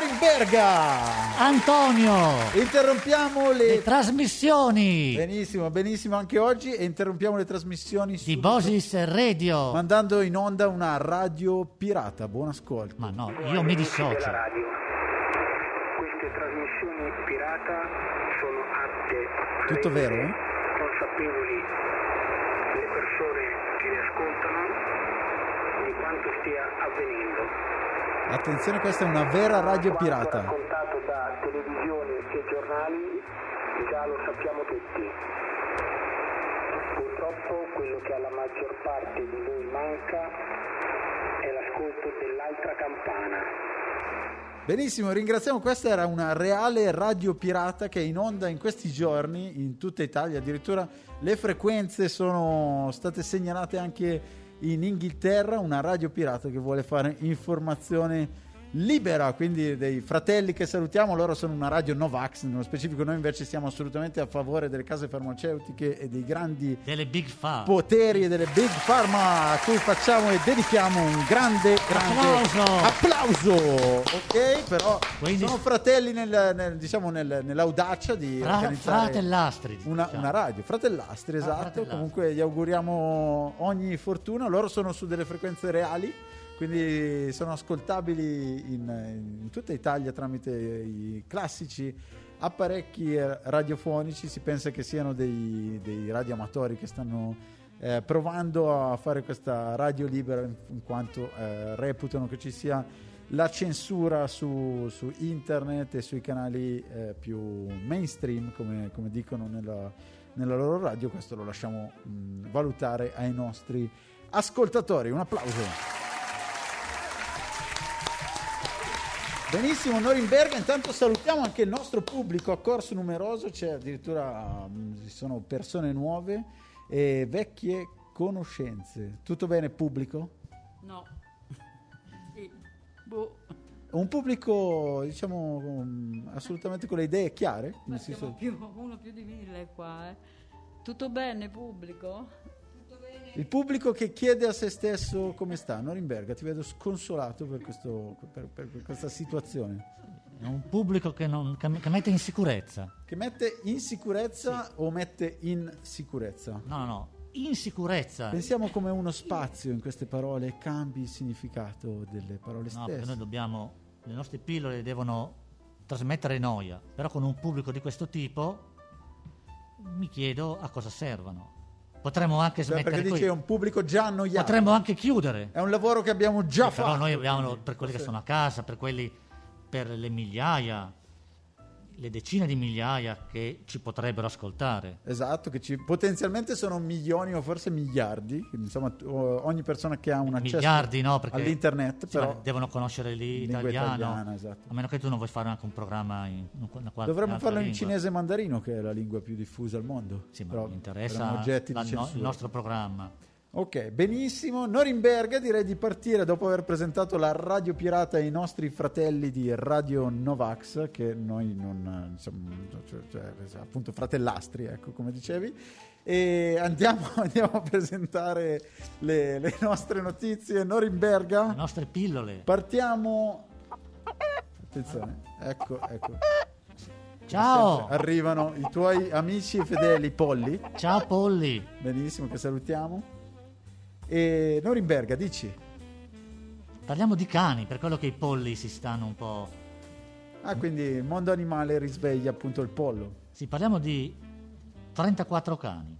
Norimberga! Antonio, Interrompiamo le le... trasmissioni Benissimo, benissimo anche oggi e interrompiamo le trasmissioni di subito, Bosis Radio. mandando in onda una radio pirata. Buon ascolto. Ma no, io mi dissocio. della radio. Queste trasmissioni pirata sono atte a Tutto vero, rendere eh? consapevoli le persone che le ascoltano di quanto stia avvenendo. Attenzione, questa è una vera radio Quanto pirata. raccontato da televisioni e giornali già lo sappiamo tutti. Purtroppo quello che alla maggior parte di voi manca è l'ascolto dell'altra campana. Benissimo, ringraziamo. Questa era una reale radio pirata che è in onda in questi giorni in tutta Italia. Addirittura le frequenze sono state segnalate anche in Inghilterra. Una radio pirata che vuole fare informazione libera. Quindi, dei fratelli che salutiamo, loro sono una radio Novax. Nello specifico, noi invece siamo assolutamente a favore delle case farmaceutiche e dei grandi Delle Big Fa. poteri e delle big pharma a cui facciamo e dedichiamo un grande, grande Applauso. applauso. Ok, però Quindi- sono fratelli nel- nel- diciamo nel- nell'audacia di Fra- organizzare fratellastri. Una, diciamo. una radio, fratellastri, esatto. fratellastri. Comunque gli auguriamo ogni fortuna. Loro sono su delle frequenze reali, quindi sono ascoltabili in, in tutta Italia tramite i classici apparecchi eh, radiofonici. Si pensa che siano dei, dei radioamatori che stanno eh, provando a fare questa radio libera in, in quanto eh, reputano che ci sia la censura su, su internet e sui canali eh, più mainstream, come, come dicono nella, nella loro radio. Questo lo lasciamo mh, valutare ai nostri ascoltatori. Un applauso. Benissimo, Norimberga. Intanto salutiamo anche il nostro pubblico a corso numeroso. C'è addirittura mh, ci sono persone nuove e vecchie conoscenze. Tutto bene, pubblico? No. Sì. Boh. Un pubblico, diciamo, mh, assolutamente con le idee chiare. Ma nel senso- siamo più, uno più di mille qua, eh. Tutto bene, pubblico? Il pubblico che chiede a se stesso come sta, Norimberga, ti vedo sconsolato per, questo- per- per- per questa situazione. È Un pubblico che, non- che- che mette in sicurezza. Che mette in sicurezza o mette in sicurezza? No, no, no. In sicurezza. Pensiamo come uno spazio in queste parole cambi il significato delle parole No, perché noi stesse. Cioè, dobbiamo. Le nostre pillole devono trasmettere noia. Però con un pubblico di questo tipo mi chiedo a cosa servano. Potremmo anche Cioè, smettere perché qui. dice è un pubblico già annoiato. Potremmo anche chiudere. È un lavoro che abbiamo già Però fatto. noi abbiamo quindi, per quelli che forse- sono a casa, per quelli per le migliaia, le decine di migliaia che ci potrebbero ascoltare. Esatto, che ci, potenzialmente sono milioni o forse miliardi, insomma t- o- ogni persona che ha un accesso Miliardi, no? Perché all'internet, sì, ma però devono conoscere lingua l'italiano. italiana, esatto. A meno che tu non vuoi fare anche un programma in una qual- una qual- dovremmo un'altra farlo in lingua. cinese e mandarino che è la lingua più diffusa al mondo. Sì, ma Però mi interessa erano oggetti la- di no- il censura. nostro programma. Ok, benissimo. Norimberga direi di partire dopo aver presentato la Radio Pirata ai nostri fratelli di Radio Novax, che noi non, eh, insomma, cioè, cioè, appunto fratellastri, ecco come dicevi. E andiamo, andiamo a presentare le, le nostre notizie. Le Norimberga, nostre pillole. partiamo. Attenzione, ecco, ecco. Ciao! Sempre eh. Arrivano i tuoi amici e fedeli polli. Ciao Polli! Benissimo, che salutiamo. E Norimberga, dici. Parliamo di cani, per quello che i polli si stanno un po'... Ah, quindi il mondo animale risveglia appunto il pollo. Sì, parliamo di 34 cani.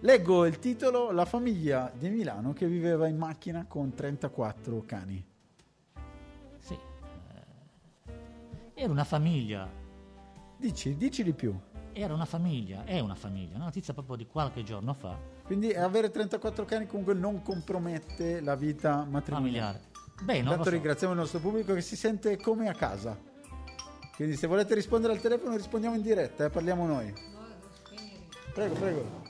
Leggo il titolo La famiglia di Milano che viveva in macchina con 34 cani. Sì. eh, Era una famiglia, Dici, dici di più. era una famiglia, è una famiglia, una notizia proprio di qualche giorno fa, Quindi avere 34 cani comunque non compromette la vita matrimoniale. familiare. Beh, non lo Intanto so. ringraziamo il nostro pubblico che si sente come a casa. Quindi se volete rispondere al telefono rispondiamo in diretta, eh, parliamo noi. Prego, prego.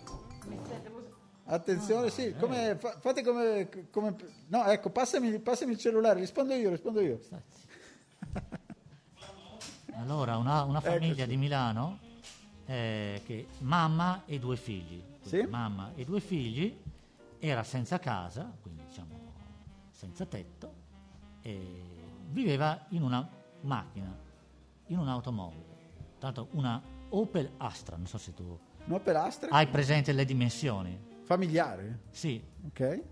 Attenzione, Eh. sì, come, fa- fate come, come- No, ecco, passami, passami il cellulare, rispondo io, rispondo io. Stai zitto. Allora, una, una famiglia Eccoci. di Milano, eh, che mamma e due figli. Quindi Sì. Mamma e due figli, era senza casa, quindi diciamo senza tetto, e viveva in una macchina, in un'automobile, tanto una Opel Astra, non so se tu No, per Astra? hai presente le dimensioni. Familiare, Sì, ok?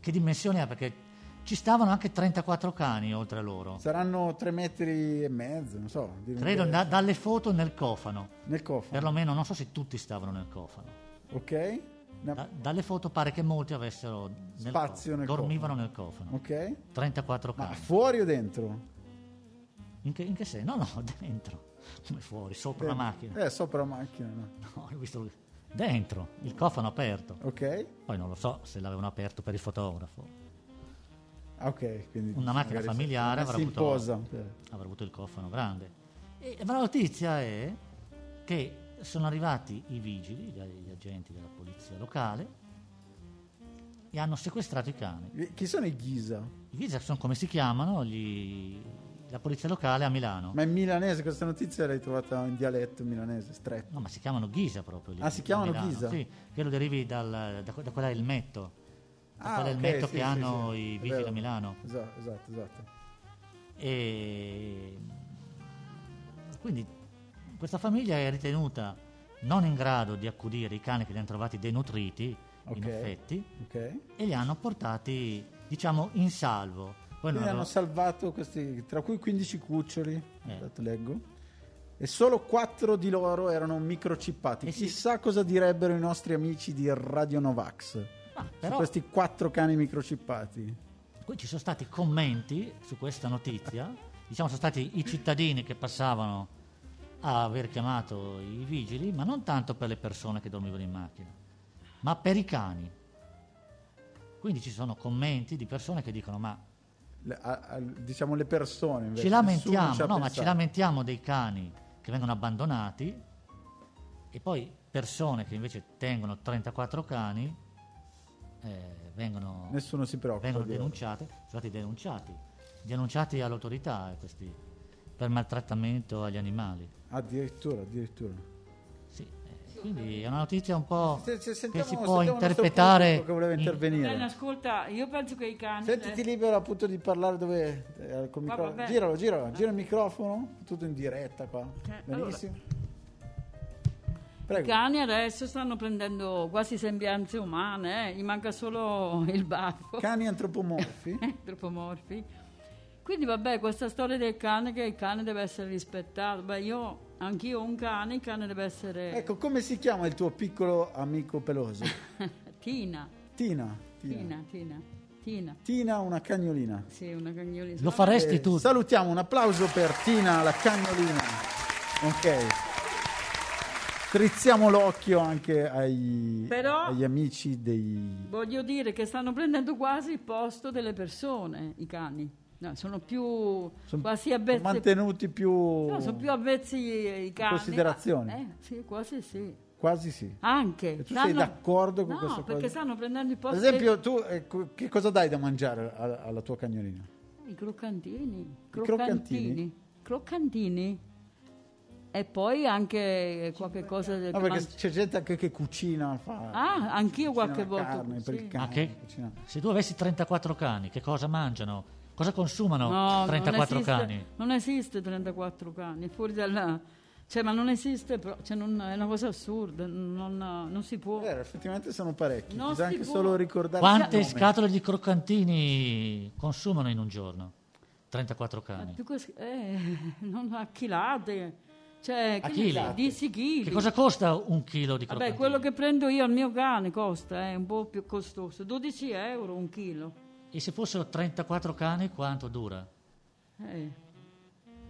che dimensioni ha? Perché ci stavano anche 34 cani oltre a loro. Saranno 3 metri e mezzo, non so. di Credo lunghezza. da- dalle foto nel cofano. Nel cofano, Perlomeno non so se tutti stavano nel cofano. ok? No, Da- dalle foto pare che molti avessero nel Spazio cofano. nel dormivano cofano. nel cofano. Ok? 34 Ma cani. fuori o dentro? In che, in che senso? No, no, dentro. Come fuori, sopra la macchina. Eh, sopra la macchina, no. No, ho visto lui. Dentro, il cofano aperto. Ok? Poi non lo so se l'avevano aperto per il fotografo. Ah, ok, quindi Una macchina magari familiare si- avrà si avuto- imposa. Avrà avuto il cofano grande. E ma la notizia è che sono arrivati i vigili, gli, gli agenti della polizia locale, e hanno sequestrato i cani. Eh, Chi sono i Ghisa? I vigili sono come si chiamano, gli- la polizia locale a Milano. Ma è milanese, questa notizia l'hai trovata in dialetto milanese, stretto. No, ma si chiamano Ghisa proprio. lì, Ah, si a chiamano Milano, Ghisa? Sì, che lo derivi dal- da, que- da quella del metto. Da quella Ah, ok, del metto sì, che sì, hanno sì, i è vigili vero. a Milano. Esatto, esatto, esatto. E quindi questa famiglia è ritenuta non in grado di accudire i cani che li hanno trovati denutriti, in Ok. effetti, Ok? e li hanno portati, diciamo, in salvo. Poi non Quindi hanno avevo- salvato questi, tra cui 15 cuccioli, Eh. dato leggo, e solo 4 di loro erano microchippati. Eh sì. Chissà cosa direbbero i nostri amici di Radio Novax Ma su Ah, però questi 4 cani microchippati. poi ci sono stati commenti su questa notizia, diciamo sono stati i cittadini che passavano a aver chiamato i vigili, ma non tanto per le persone che dormivano in macchina, ma per i cani. Quindi ci sono commenti di persone che dicono ma Le- a- a- diciamo le persone invece. ci nessuno lamentiamo, ci ha no, ma ci pensato. lamentiamo dei cani che vengono abbandonati e poi persone che invece tengono 34 cani eh, vengono, Nessuno si preoccupa. vengono di loro. denunciate, sono stati denunciati, denunciati all'autorità eh, questi, per maltrattamento agli animali. Addirittura, addirittura. Sì, eh, quindi è una notizia un po' Se- se che sentiamo- si può sentiamo il nostro interpretare pubblico che voleva in- intervenire. Bene, ascolta, io penso che i cani... Sentiti libero appunto di parlare dove eh, col Qua, micro- vabbè. Giralo, giralo, gira il microfono, tutto in diretta qua. Eh, Benissimo. I Prego. cani adesso stanno prendendo quasi sembianze umane, eh, gli manca solo il baffo. eh, Cani antropomorfi. antropomorfi. Quindi vabbè, questa storia del cane che il cane deve essere rispettato. Beh, io anch'io ho un cane, il cane deve essere ecco, come si chiama il tuo piccolo amico peloso? Tina, Tina. Tina. Tina, Tina, Tina. Tina, una cagnolina. Sì, una cagnolina. Lo faresti Eh, tu? Salutiamo, un applauso per Tina, la cagnolina. Ok. Strizziamo l'occhio anche ai- Però- agli amici dei... Voglio dire che stanno prendendo quasi il posto delle persone, i cani. No, sono più son- quasi son avvezzi. mantenuti più... no, sono più avvezzi i cani. considerazione. Eh, sì, quasi sì. Quasi sì. Ah, Anche. E tu sei d'accordo con no, questa perché cosa? stanno prendendo il Ad posto esempio, tu eh, co- che cosa dai da mangiare alla, alla tua cagnolina? dei i croccantini. croccantini? Croccantini. Croccantini. E poi anche qualche cosa del No, perché mangi- c'è gente anche che cucina, fa Eh, Ah, anch'io cucina qualche la volta. carne per sì. il cane. Ma che- cucina- se tu avessi 34 cani, che cosa mangiano? Cosa consumano No, 34 non esiste, cani? Non esiste 34 cani, è fuori dalla... Cioè, ma non esiste, pro- cioè, non- è una cosa assurda, non, non si può. Vero, Eh, effettivamente sono parecchi. Non Bisogna si anche può. solo ricordare Quante il nome. scatole di croccantini consumano in un giorno? 34 cani. Tu cos- eh, non a chilate, cioè, A che chili? di sì, chili. Che cosa costa un chilo di croccantini? Vabbè, quello che prendo io al mio cane costa, è un po' più costoso, 12 euro un chilo, E se fossero 34 cani, quanto dura? eh,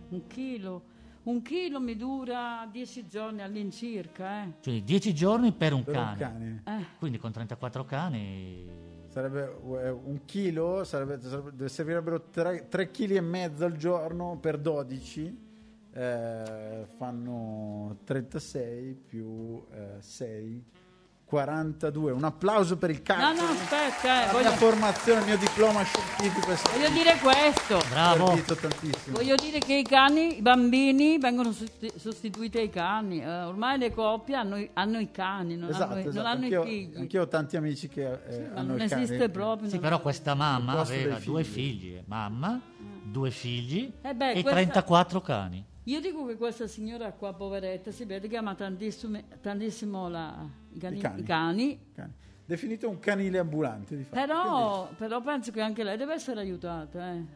un chilo, un chilo mi dura 10 giorni all'incirca, eh. Quindi 10 Cioè, giorni per un Per un cane. cane. Eh, Quindi con 34 cani... Sarebbe eh, un chilo, sarebbe, sarebbe- servirebbero 3 kg e mezzo al giorno per 12. eh, fanno 36 più 6, 42. Un applauso per il No, cane. no, aspetta, eh, La mia voglio, formazione, il mio diploma scientifico è stato voglio dire questo. Bravo! servito tantissimo. Voglio dire che i cani, i bambini vengono sosti- sostituiti ai cani. eh, ormai le coppie hanno i, hanno i cani, non Esatto, hanno, i- non esatto. hanno Anch'io, i figli. anch'io ho tanti amici che eh, Ma hanno non il cane. esiste proprio. Sì, non- però questa mamma posto dei aveva due figli. figlie, mamma, due figli Eh beh, e questa- 34 cani. Io dico che questa signora qua, poveretta, si vede che ama tantissime- tantissimo la- i, cani, I cani. i cani, Cane. Definito un canile ambulante, di fatto. Però, però penso che anche lei deve essere aiutata. eh. Quindi,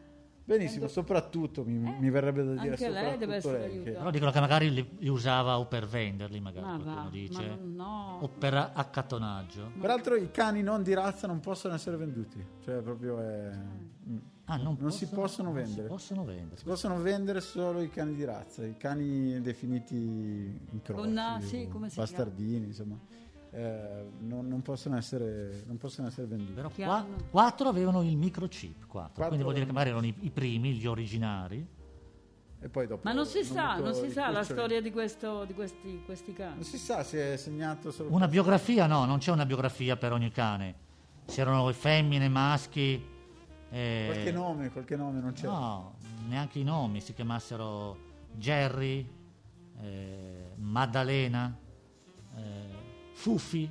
benissimo, soprattutto mi, mi verrebbe da dire anche lei deve soprattutto essere lei, che- aiutata. Però dicono che magari li, li usava o per venderli, magari Ma qualcuno va, dice, ma no. o per accattonaggio. Peraltro i cani non di razza non possono essere venduti, cioè proprio è... Mm. Ah, non, Non si possono non si vendere. possono vendere. Si possono vendere solo i cani di razza, i cani definiti incroci, Con- sì, come si bastardini, insomma, Eh, non, non possono essere, non possono essere venduti. Però Che qua- hanno- quattro avevano il microchip, quattro. Quattro quindi vuol dire che magari avevano- erano i, i primi, gli originari. E poi dopo Ma non si hanno sa, avuto non si i sa la cuccioli. storia di, questo- di questi, questi cani. Non si sa se è segnato solo... Una biografia? No, non c'è una biografia per ogni cane. C'erano femmine, maschi. eh, Qualche nome, certo. qualche nome non c'è. No, neanche i nomi. Si chiamassero Jerry, eh, Maddalena, eh, Fufi.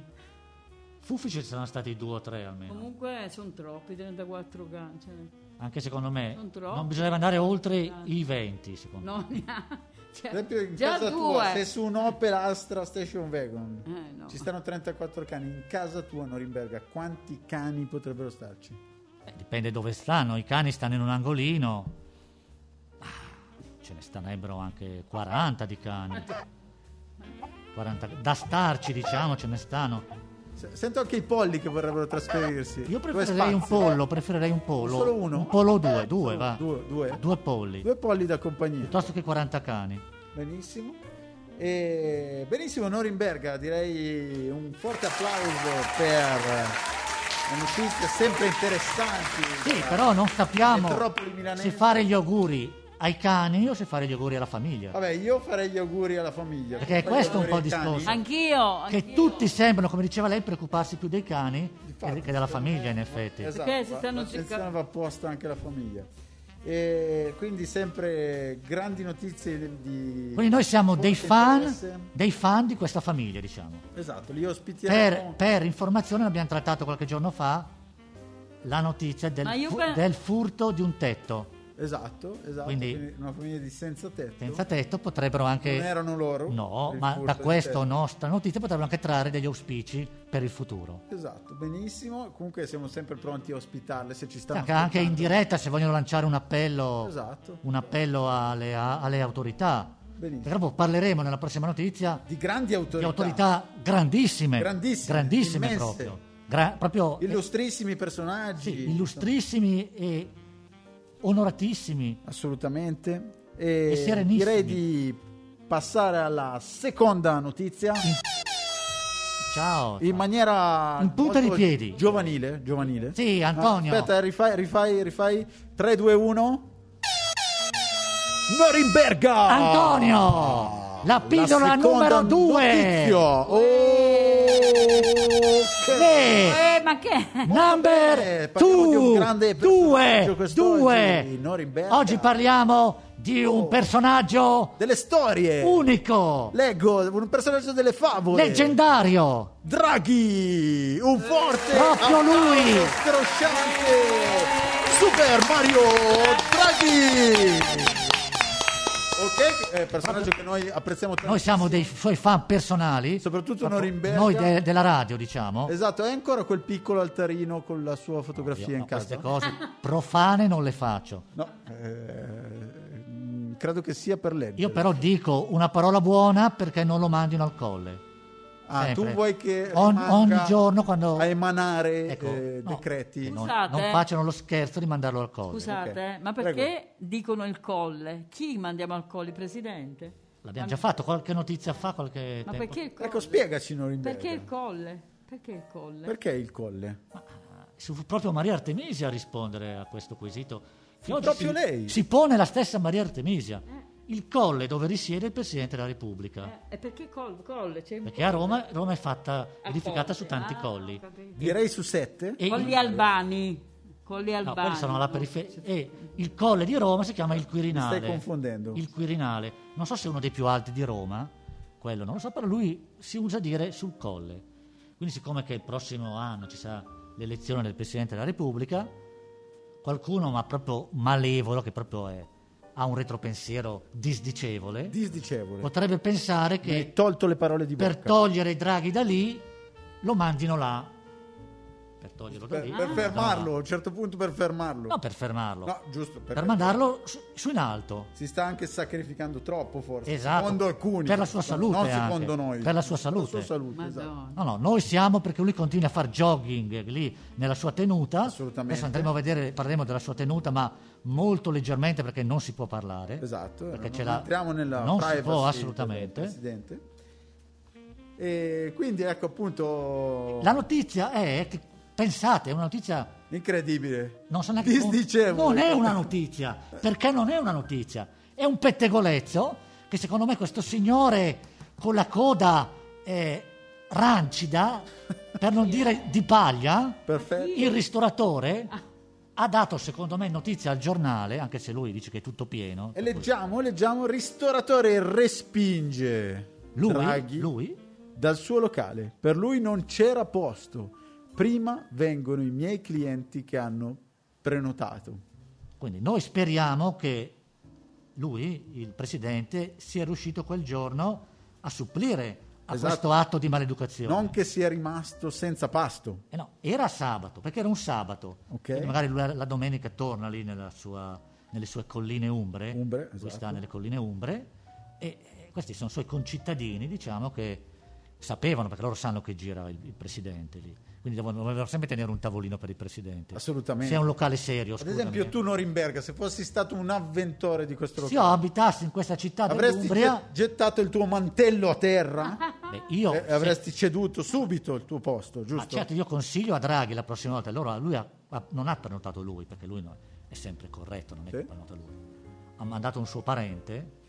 Fufi ci saranno stati due o tre almeno. Comunque sono troppi, 34 cani. cioè, Anche secondo me. Sono troppi. Non bisognava andare oltre i 20, secondo me. no, neanche- cioè, Per esempio in già casa due. tua, se su un Opel Astra Station Wagon Eh, no. ci stanno 34 cani, in casa tua a Norimberga quanti cani potrebbero starci? Beh, Eh, dipende dove stanno, i cani stanno in un angolino, Ah, ce ne starebbero anche 40 di cani. 40 da starci diciamo ce ne stanno. S- Sento anche i polli che vorrebbero trasferirsi. Io Due preferirei un spazi. eh? pollo, preferirei un pollo. Solo uno? Un pollo o due, due Solo va. Due, due. Due polli, Due polli da compagnia. piuttosto che 40 cani. Benissimo. E benissimo Norimberga, direi un forte applauso per le notizie sempre interessanti. Sì, però non sappiamo Metropoli milanese. se fare gli auguri ai cani o se fare gli auguri alla famiglia. Vabbè, io farei gli auguri alla famiglia. Perché Fai gli questo è un auguri po' ai il discorso. cani. Anch'io, Che anch'io. tutti sembrano, come diceva lei, preoccuparsi più dei cani Infatti, che della secondo me- famiglia in effetti. Esatto, Perché si va- stanno l'attenzione cercando- va apposta anche alla famiglia. E quindi sempre grandi notizie di- di Quindi noi siamo forte dei fan, interesse. dei fan di questa famiglia, diciamo. Esatto, li ospitiamo. Per, per informazione abbiamo trattato qualche giorno fa la notizia del, Ma io fu- pe- del furto di un tetto. Esatto, esatto. Quindi- quindi una famiglia di senza tetto. Senza tetto potrebbero anche... Non erano loro? No, Il ma furto da di questa tetto. nostra notizia potrebbero anche trarre degli auspici per il futuro. Esatto, benissimo. Comunque siamo sempre pronti a ospitarle se ci stanno. Anche, anche in ascoltando. diretta se vogliono lanciare un appello, Esatto. un appello alle, a- alle autorità. Benissimo. Perché dopo parleremo nella prossima notizia Di grandi di autorità. autorità grandissime, Grandissime, grandissime immense. proprio. Gra- proprio eh, Illustrissimi personaggi. Sì, illustrissimi e onoratissimi. Assolutamente. E, E serenissimi. direi di passare alla seconda notizia Ciao. in maniera In punta di molto piedi. Giovanile, giovanile. Sì, Antonio. Ah, aspetta, rifai, rifai, rifai 3 2 1 Norimberga! Antonio! La pillola Ah, seconda numero due. Eh. notizia. Ok. Le Eh, ma che? Eh, number parliamo di un two, grande personaggio due, quest'oggi, due. Norimberga. Oggi parliamo di un Oh. Eh. personaggio Delle storie. unico, Leggo un personaggio delle favole. leggendario. Draghi, un forte Proprio applauso lui. strosciante Super Mario Draghi Ok, eh, personaggio che noi apprezziamo tanto Noi siamo dei suoi fan personali, Soprattutto proprio Norimberga. Noi de- della radio, diciamo. Esatto, è ancora quel piccolo altarino con la sua fotografia Io, in no, casa queste cose profane non le faccio. No, eh, mm, credo che sia per leggere Io però dico una parola buona perché non lo mandino al colle. Ah, tu sempre. vuoi che On- rimanga ogni giorno quando- A emanare Ecco, eh, no, decreti che Non, Scusate. eh. non facciano lo scherzo di mandarlo al colle. Scusate, Ok. eh, ma perché dicono il colle? Chi mandiamo al colle? Il presidente? L'abbiamo già fatto qualche notizia fa, qualche Ma tempo. perché il colle? Ecco, spiegaci Norimberga Perché il colle? Perché il colle? Perché il colle? Fu proprio Maria Artemisia a rispondere a questo quesito. Che Fu oggi proprio si, lei. Si pone la stessa Maria Artemisia. Il colle dove risiede il Presidente della Repubblica. Eh, e perché col- colle? C'è un Perché a Roma, Roma è fatta, edificata colle. su tanti Ah, colli. ho capito. Direi su sette E Colli il- albani. Colli no, albani. quelli sono alla periferia. E il colle di Roma si chiama il Quirinale. Mi stai confondendo. Il Quirinale. Non so se è uno dei più alti di Roma, quello non lo so, però lui si usa dire sul colle. Quindi siccome che il prossimo anno ci sarà l'elezione del Presidente della Repubblica, qualcuno ma proprio malevolo, che proprio è- ha un retropensiero disdicevole, Disdicevole. potrebbe pensare Mi hai che tolto le parole di per bocca. togliere i draghi da lì lo mandino là. Per toglierlo da per, lì. per lo mandano fermarlo, a là. un certo punto per fermarlo. Ah. No, per fermarlo. No, giusto. per, perché mandarlo su, su in alto. Si sta anche sacrificando troppo, forse. Esatto. Secondo alcuni. Per la sua salute Non anche. secondo noi. Per la sua salute. Per la sua salute, esatto. Madonna. No, no, noi siamo perché lui continua a fare jogging lì nella sua tenuta. Assolutamente. Adesso andremo a vedere, parleremo della sua tenuta, ma molto leggermente perché non si può parlare. Esatto, Perché non ce l'ha- entriamo nella non si privacy può del assolutamente. Presidente. E quindi ecco appunto La notizia è che pensate, è una notizia incredibile. non so neanche come- Disdicevole. non è una notizia, perché non è una notizia, è un pettegolezzo che secondo me questo signore con la coda eh, rancida, per non dire di paglia, Perfetto. il ristoratore ha dato secondo me notizia al giornale, anche se lui dice che è tutto pieno. E leggiamo, leggiamo ristoratore respinge Lui, Draghi lui? dal suo locale. Per lui non c'era posto. Prima vengono i miei clienti che hanno prenotato. Quindi noi speriamo che lui, il presidente, sia riuscito quel giorno a supplire a Esatto. questo atto di maleducazione. Non che sia rimasto senza pasto. Eh no, era sabato, perché era un sabato. Ok. Quindi magari lui la la domenica torna lì nella sua- nelle sue colline umbre. Umbre, Lui esatto. sta nelle colline umbre e eh, questi sono suoi concittadini, diciamo, che sapevano, perché loro sanno che gira il, il presidente lì. Quindi devono, dovevano sempre tenere un tavolino per il presidente. Assolutamente. Se è un locale serio, Ad esempio, scusami. eh. tu, Norimberga, se fossi stato un avventore di questo Se io locale, abitassi in questa città avresti dell'Umbria, get- gettato il tuo mantello a terra beh, io... e se- Eh, avresti ceduto subito il tuo posto, Ma giusto? certo, io consiglio a Draghi la prossima volta. Allora, lui ha- ha- non ha prenotato lui, perché lui no- è sempre corretto, non è Sì. che ha prenotato lui. Ha mandato un suo parente.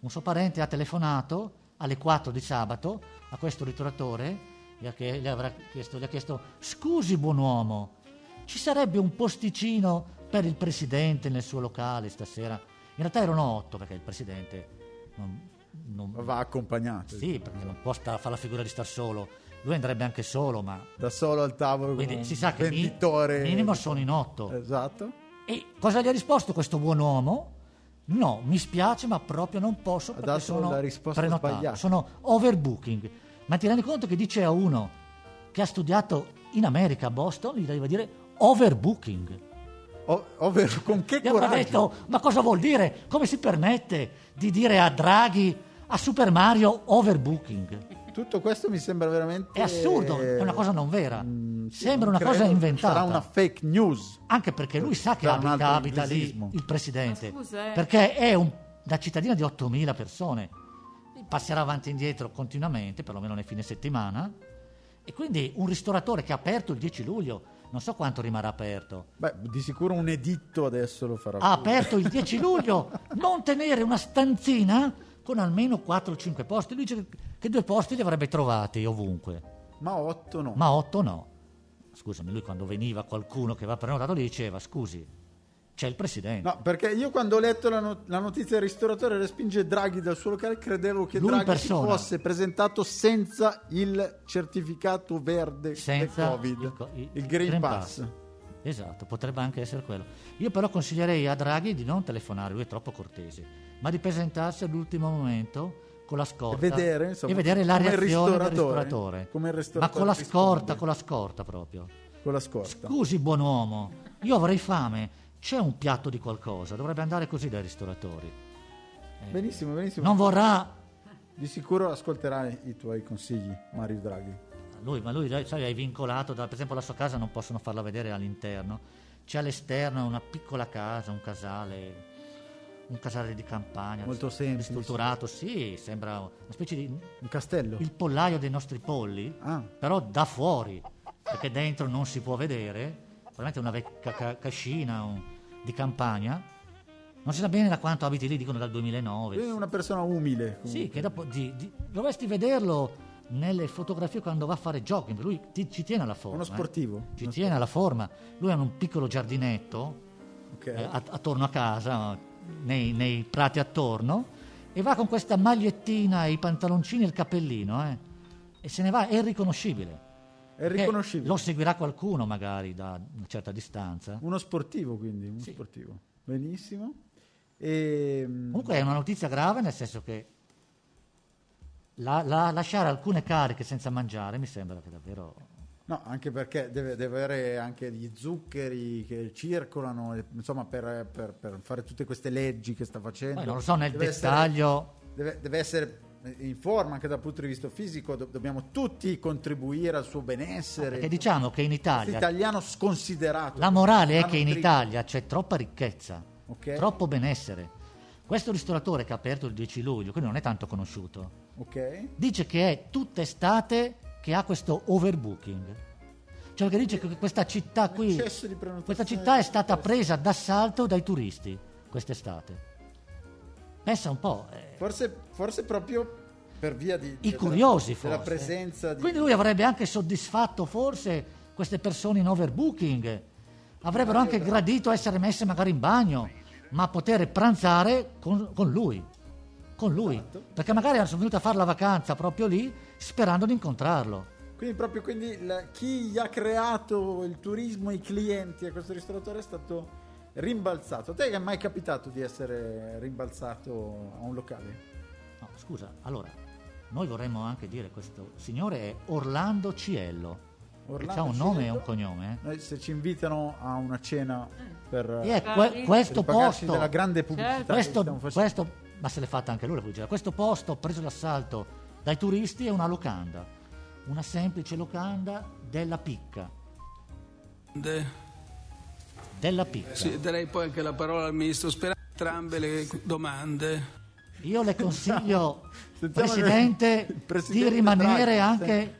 Un suo parente ha telefonato alle 4 di sabato a questo ristoratore. Gli ha, chie- gli avrà chiesto, gli ha chiesto: Scusi, buon uomo, ci sarebbe un posticino per il presidente nel suo locale stasera? In realtà erano 8 perché il presidente non- non, Va accompagnato. sì, perché non può sta- fare la figura di star solo. Lui andrebbe anche solo, ma Da solo al tavolo con quindi un si sa che mi- venditore. minimo sono in otto. Esatto. E cosa gli ha risposto questo buon uomo? No, mi spiace, ma proprio non posso perché dato sono la risposta prenotato, sbagliata. sono overbooking. Ma ti rendi conto che dice a uno che ha studiato in America a Boston, gli doveva dire overbooking. O- ovvero, con che Gli hanno coraggio? detto, ma cosa vuol dire? Come si permette di dire a Draghi, a Super Mario, overbooking? Tutto questo mi sembra veramente... È assurdo, è una cosa non vera. Mm, sì, Sembra non una cosa credo. inventata. Sarà una fake news. Anche perché lui sa che Sarà un altro abita, abita lì inglesismo. il presidente. Ma scusa, eh. Perché è un- una cittadina di 8.000 persone. Passerà avanti e indietro continuamente, perlomeno nei fine settimana. E quindi un ristoratore che ha aperto il 10 luglio, non so quanto rimarrà aperto. Beh, di sicuro un editto adesso lo farà. Ha pure. aperto il 10 luglio, non tenere una stanzina con almeno 4-5 posti. Lui dice che- che due posti li avrebbe trovati ovunque. Ma 8 no. ma 8 no. Scusami, lui quando veniva qualcuno che aveva prenotato gli diceva, scusi, c'è il presidente. No, perché io quando ho letto la, no- la notizia del ristoratore respinge Draghi dal suo locale, credevo che Lui in Draghi persona. si fosse presentato senza il certificato verde senza del Covid, il, co- i- Green, Pass. Esatto, potrebbe anche essere quello. Io però consiglierei a Draghi di non telefonare, lui è troppo cortese, ma di presentarsi all'ultimo momento con la E scorta vedere, insomma, e vedere la come il reazione del ristoratore, ristoratore. come il ma ristoratore con la risponde. scorta, con la scorta proprio. con la scorta. Scusi, buon uomo, io avrei fame. C'è un piatto di qualcosa, dovrebbe andare così dai ristoratori. Eh, benissimo, benissimo. Non vorrà Di sicuro ascolterà i tuoi consigli, Mario Draghi. Lui, ma lui dai, sai, è vincolato, da- per esempio la sua casa non possono farla vedere all'interno, c'è all'esterno una piccola casa, un casale, un casale di campagna, Molto semplice. strutturato, sì, sembra una specie di Un castello. il pollaio dei nostri polli, Ah. però da fuori, perché dentro non si può vedere, probabilmente è una vecchia ca- cascina un- di campagna, non si sa bene da quanto abiti lì, dicono dal 2009. Quindi una persona umile. comunque. Sì, che dopo di- di- dovresti vederlo nelle fotografie quando va a fare jogging, lui ti- ci tiene alla forma. Uno eh. sportivo. Ci tiene alla forma. Lui ha un piccolo giardinetto Ok. eh, att- attorno a casa, nei, nei prati attorno, e va con questa magliettina, i pantaloncini e il cappellino, eh. e se ne va, è irriconoscibile. È riconoscibile. Lo seguirà qualcuno magari da una certa distanza. Uno sportivo, quindi, uno Sì. sportivo. Benissimo. E, mm, Comunque è una notizia grave nel senso che la- la- lasciare alcune cariche senza mangiare mi sembra che davvero... no, anche perché deve, deve avere anche gli zuccheri che circolano, e, insomma, per, per- per fare tutte queste leggi che sta facendo. Poi non lo so nel Deve essere- dettaglio... deve, deve essere in forma anche dal punto di vista fisico, do- dobbiamo tutti contribuire al suo benessere. Perché diciamo che in Questo Italia italiano sconsiderato. la morale è Hanno che in dritto. Italia c'è troppa ricchezza, Ok. troppo benessere. Questo ristoratore che ha aperto il 10 luglio, quindi non è tanto conosciuto, Ok. dice che è tutta estate che ha questo overbooking. Cioè che dice che questa città qui, Eccesso di prenotazione. questa città è stata presa d'assalto dai turisti quest'estate. Pensa un po', eh, Forse, forse proprio per via di... i della- curiosi forse. Esatto. Della presenza di... Quindi lui avrebbe anche soddisfatto forse queste persone in overbooking, avrebbero anche Esatto. gradito essere messe magari in bagno, ma poter pranzare con, con lui. Con lui. Esatto. Perché magari sono venuti a fare la vacanza proprio lì sperando di incontrarlo. Quindi proprio quindi la- chi gli ha creato il turismo, i clienti a questo ristoratore è stato rimbalzato. A te che è mai capitato di essere rimbalzato a un locale? No, scusa, allora, noi vorremmo anche dire questo signore è Orlando Ciello. Orlando che ha un nome e Ciello. un cognome. eh. Noi se ci invitano a una cena per... E Mm. è que- Paris. questo Eh, per pagarci posto... della grande pubblicità Certo. che questo, stiamo facendo. questo- ma se l'è fatta anche lui la pubblicità. Questo posto preso d'assalto dai turisti è una locanda, una semplice locanda della picca. De- Della picca. sì, darei poi anche la parola al ministro Speranza. Entrambe le domande. Io le consiglio, Sentiamo il- presidente, il presidente di rimanere Draghi, anche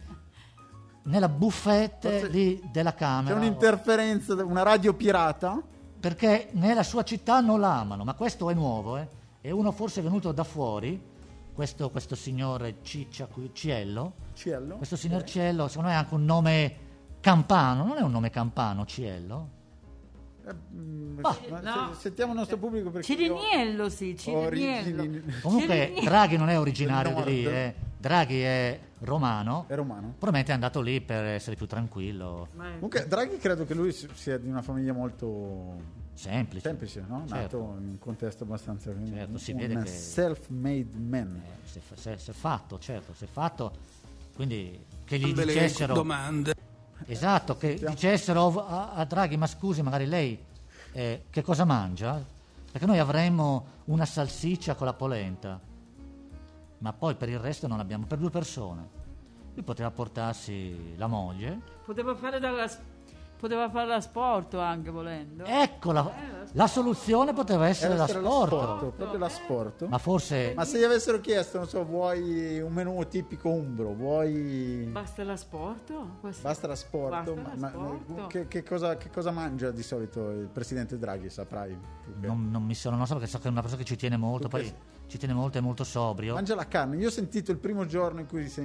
nella buffette Forse- lì della C'è Camera. un'interferenza, una radio pirata. perché nella sua città non la amano, ma questo è nuovo, eh. E uno forse è venuto da fuori, questo, questo signore Ciccia qui- Ciello, Ciello. Questo signor Ciello, secondo me, ha anche un nome campano. Non è un nome campano, Ciello? Eh, mm, Ah. ma No. se- Sentiamo il nostro pubblico perché Ciriniello, sì, io ho Ciriniello. origini- Comunque, Cirini. Draghi non è originario di Del lì. nord. eh. Draghi è romano. è romano. Probabilmente è andato lì per essere più tranquillo, Ma è- Comunque Draghi credo che lui si- sia di una famiglia molto semplice. semplice, no? Certo. Nato in un contesto abbastanza Certo, si un vede che- self-made man. Eh, Se, fa- se- se fatto, certo, se fatto. Quindi che gli Entrambe le dicessero, domande. esatto, che dicessero a, a Draghi, ma scusi, magari lei eh, che cosa mangia? Perché noi avremmo una salsiccia con la polenta, ma poi per il resto non abbiamo, per due persone. Lui poteva portarsi la moglie, Poteva fare dalla... Poteva fare l'asporto anche volendo. Ecco, la, la soluzione poteva essere Era essere l'asporto, proprio l'asporto. ma Ma, forse se gli avessero chiesto, non so, vuoi un menù tipico umbro, vuoi Basta l'asporto? Questo- basta l'asporto, Basta ma- ma- l'asporto. che, che cosa, che cosa mangia di solito il presidente Draghi, saprai? tu che- non, non mi sono, non so perché so che è una persona che ci tiene molto, Tu che- poi ci tiene molto, è molto sobrio. Mangia la carne. Io ho sentito il primo giorno in cui si è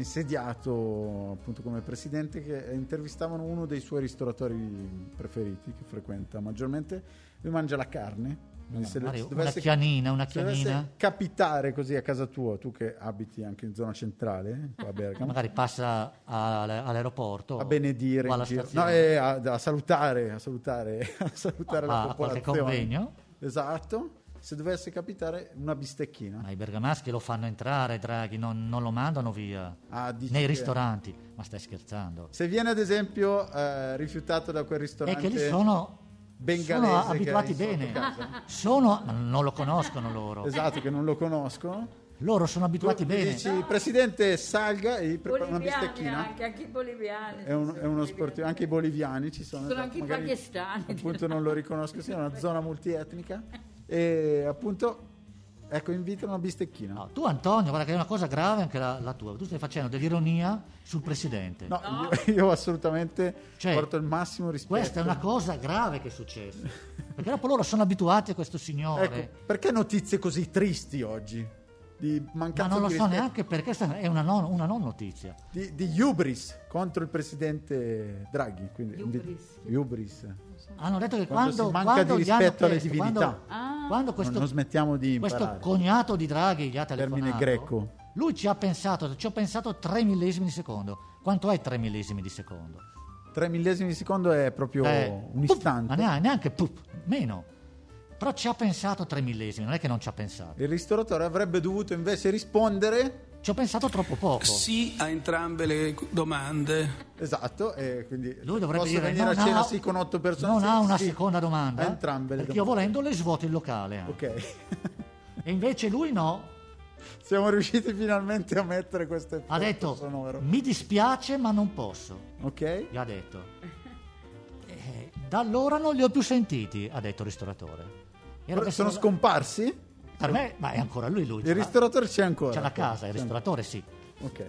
insediato appunto come presidente che intervistavano uno dei suoi ristoratori preferiti che frequenta maggiormente. Lui mangia la carne. Quindi le- Mario, una chianina, una se dovesse chianina. capitare così a casa tua, tu che abiti anche in zona centrale, qua a Bergamo, Magari passa al- all'aeroporto a benedire, o alla in giro. stazione. No, eh, a, a salutare, a salutare, a salutare Ah, la a qualche popolazione. convegno. Esatto. Se dovesse capitare una bistecchina. Ma i bergamaschi lo fanno entrare, Draghi, non, non lo mandano via Ah, dici nei che- ristoranti. Ma stai scherzando? Se viene ad esempio eh, rifiutato da quel È ristorante che lì sono, bengalese sono che abituati hai sotto bene. casa. Sono, ma non lo conoscono loro. Esatto, che non lo conosco. Loro sono abituati Tu bene. Dici, presidente, salga e gli prepara una Boliviani bistecchina. anche, anche i boliviani. È, un- sì, è uno sì, sportivo, anche i boliviani ci sono. Sono anche i magari, pakistani. Appunto non lo riconosco, sì, è una zona multietnica. E appunto, ecco, invitano una bistecchina. No, tu Antonio, guarda che è una cosa grave anche la, la tua, tu stai facendo dell'ironia sul presidente. No, Io, io assolutamente Cioè, porto il massimo rispetto. Questa è una certo. cosa grave che è successa. Perché dopo loro sono abituati a questo signore. Ecco, perché notizie così tristi oggi? Di ma mancanza non lo di so rispetto. neanche perché sta- è una non, una non notizia. di, di Ubris contro il presidente Draghi. Quindi, Hubris. di- Hubris. Hanno detto che Quando si quando, manca quando di gli hanno rispetto alle chiesto- divinità. quando- quando Non, questo, non smettiamo di questo imparare. cognato di Draghi gli ha Termine telefonato greco. Lui ci ha pensato, ci ho pensato tre millesimi di secondo. Quanto è tre millesimi di secondo? Tre millesimi di secondo è proprio Eh, un pup, istante. Ma neanche, neanche pup, meno. Però ci ha pensato tre millesimi, non è che non ci ha pensato. Il ristoratore avrebbe dovuto invece rispondere. Ci ho pensato troppo poco. Sì a entrambe le domande. Esatto, e quindi Lui dovrebbe posso dire venire non a cena ha- sì con otto persone. Non Sì, ha una sì. seconda domanda. eh? A Entrambe le perché io domande. volendo le svuoto il locale. anche. Ok. E invece lui no. Siamo riusciti finalmente a mettere questo effetto Ha detto "Mm." sonoro. mi dispiace ma non posso. Ok? Gli ha detto. Eh, da allora non li ho più sentiti, ha detto il ristoratore. Era che Sono se- scomparsi? Per me, ma è ancora lui lui. Il ristoratore c'è ancora. C'è la casa, eh. il C'è ristoratore sì. Ok.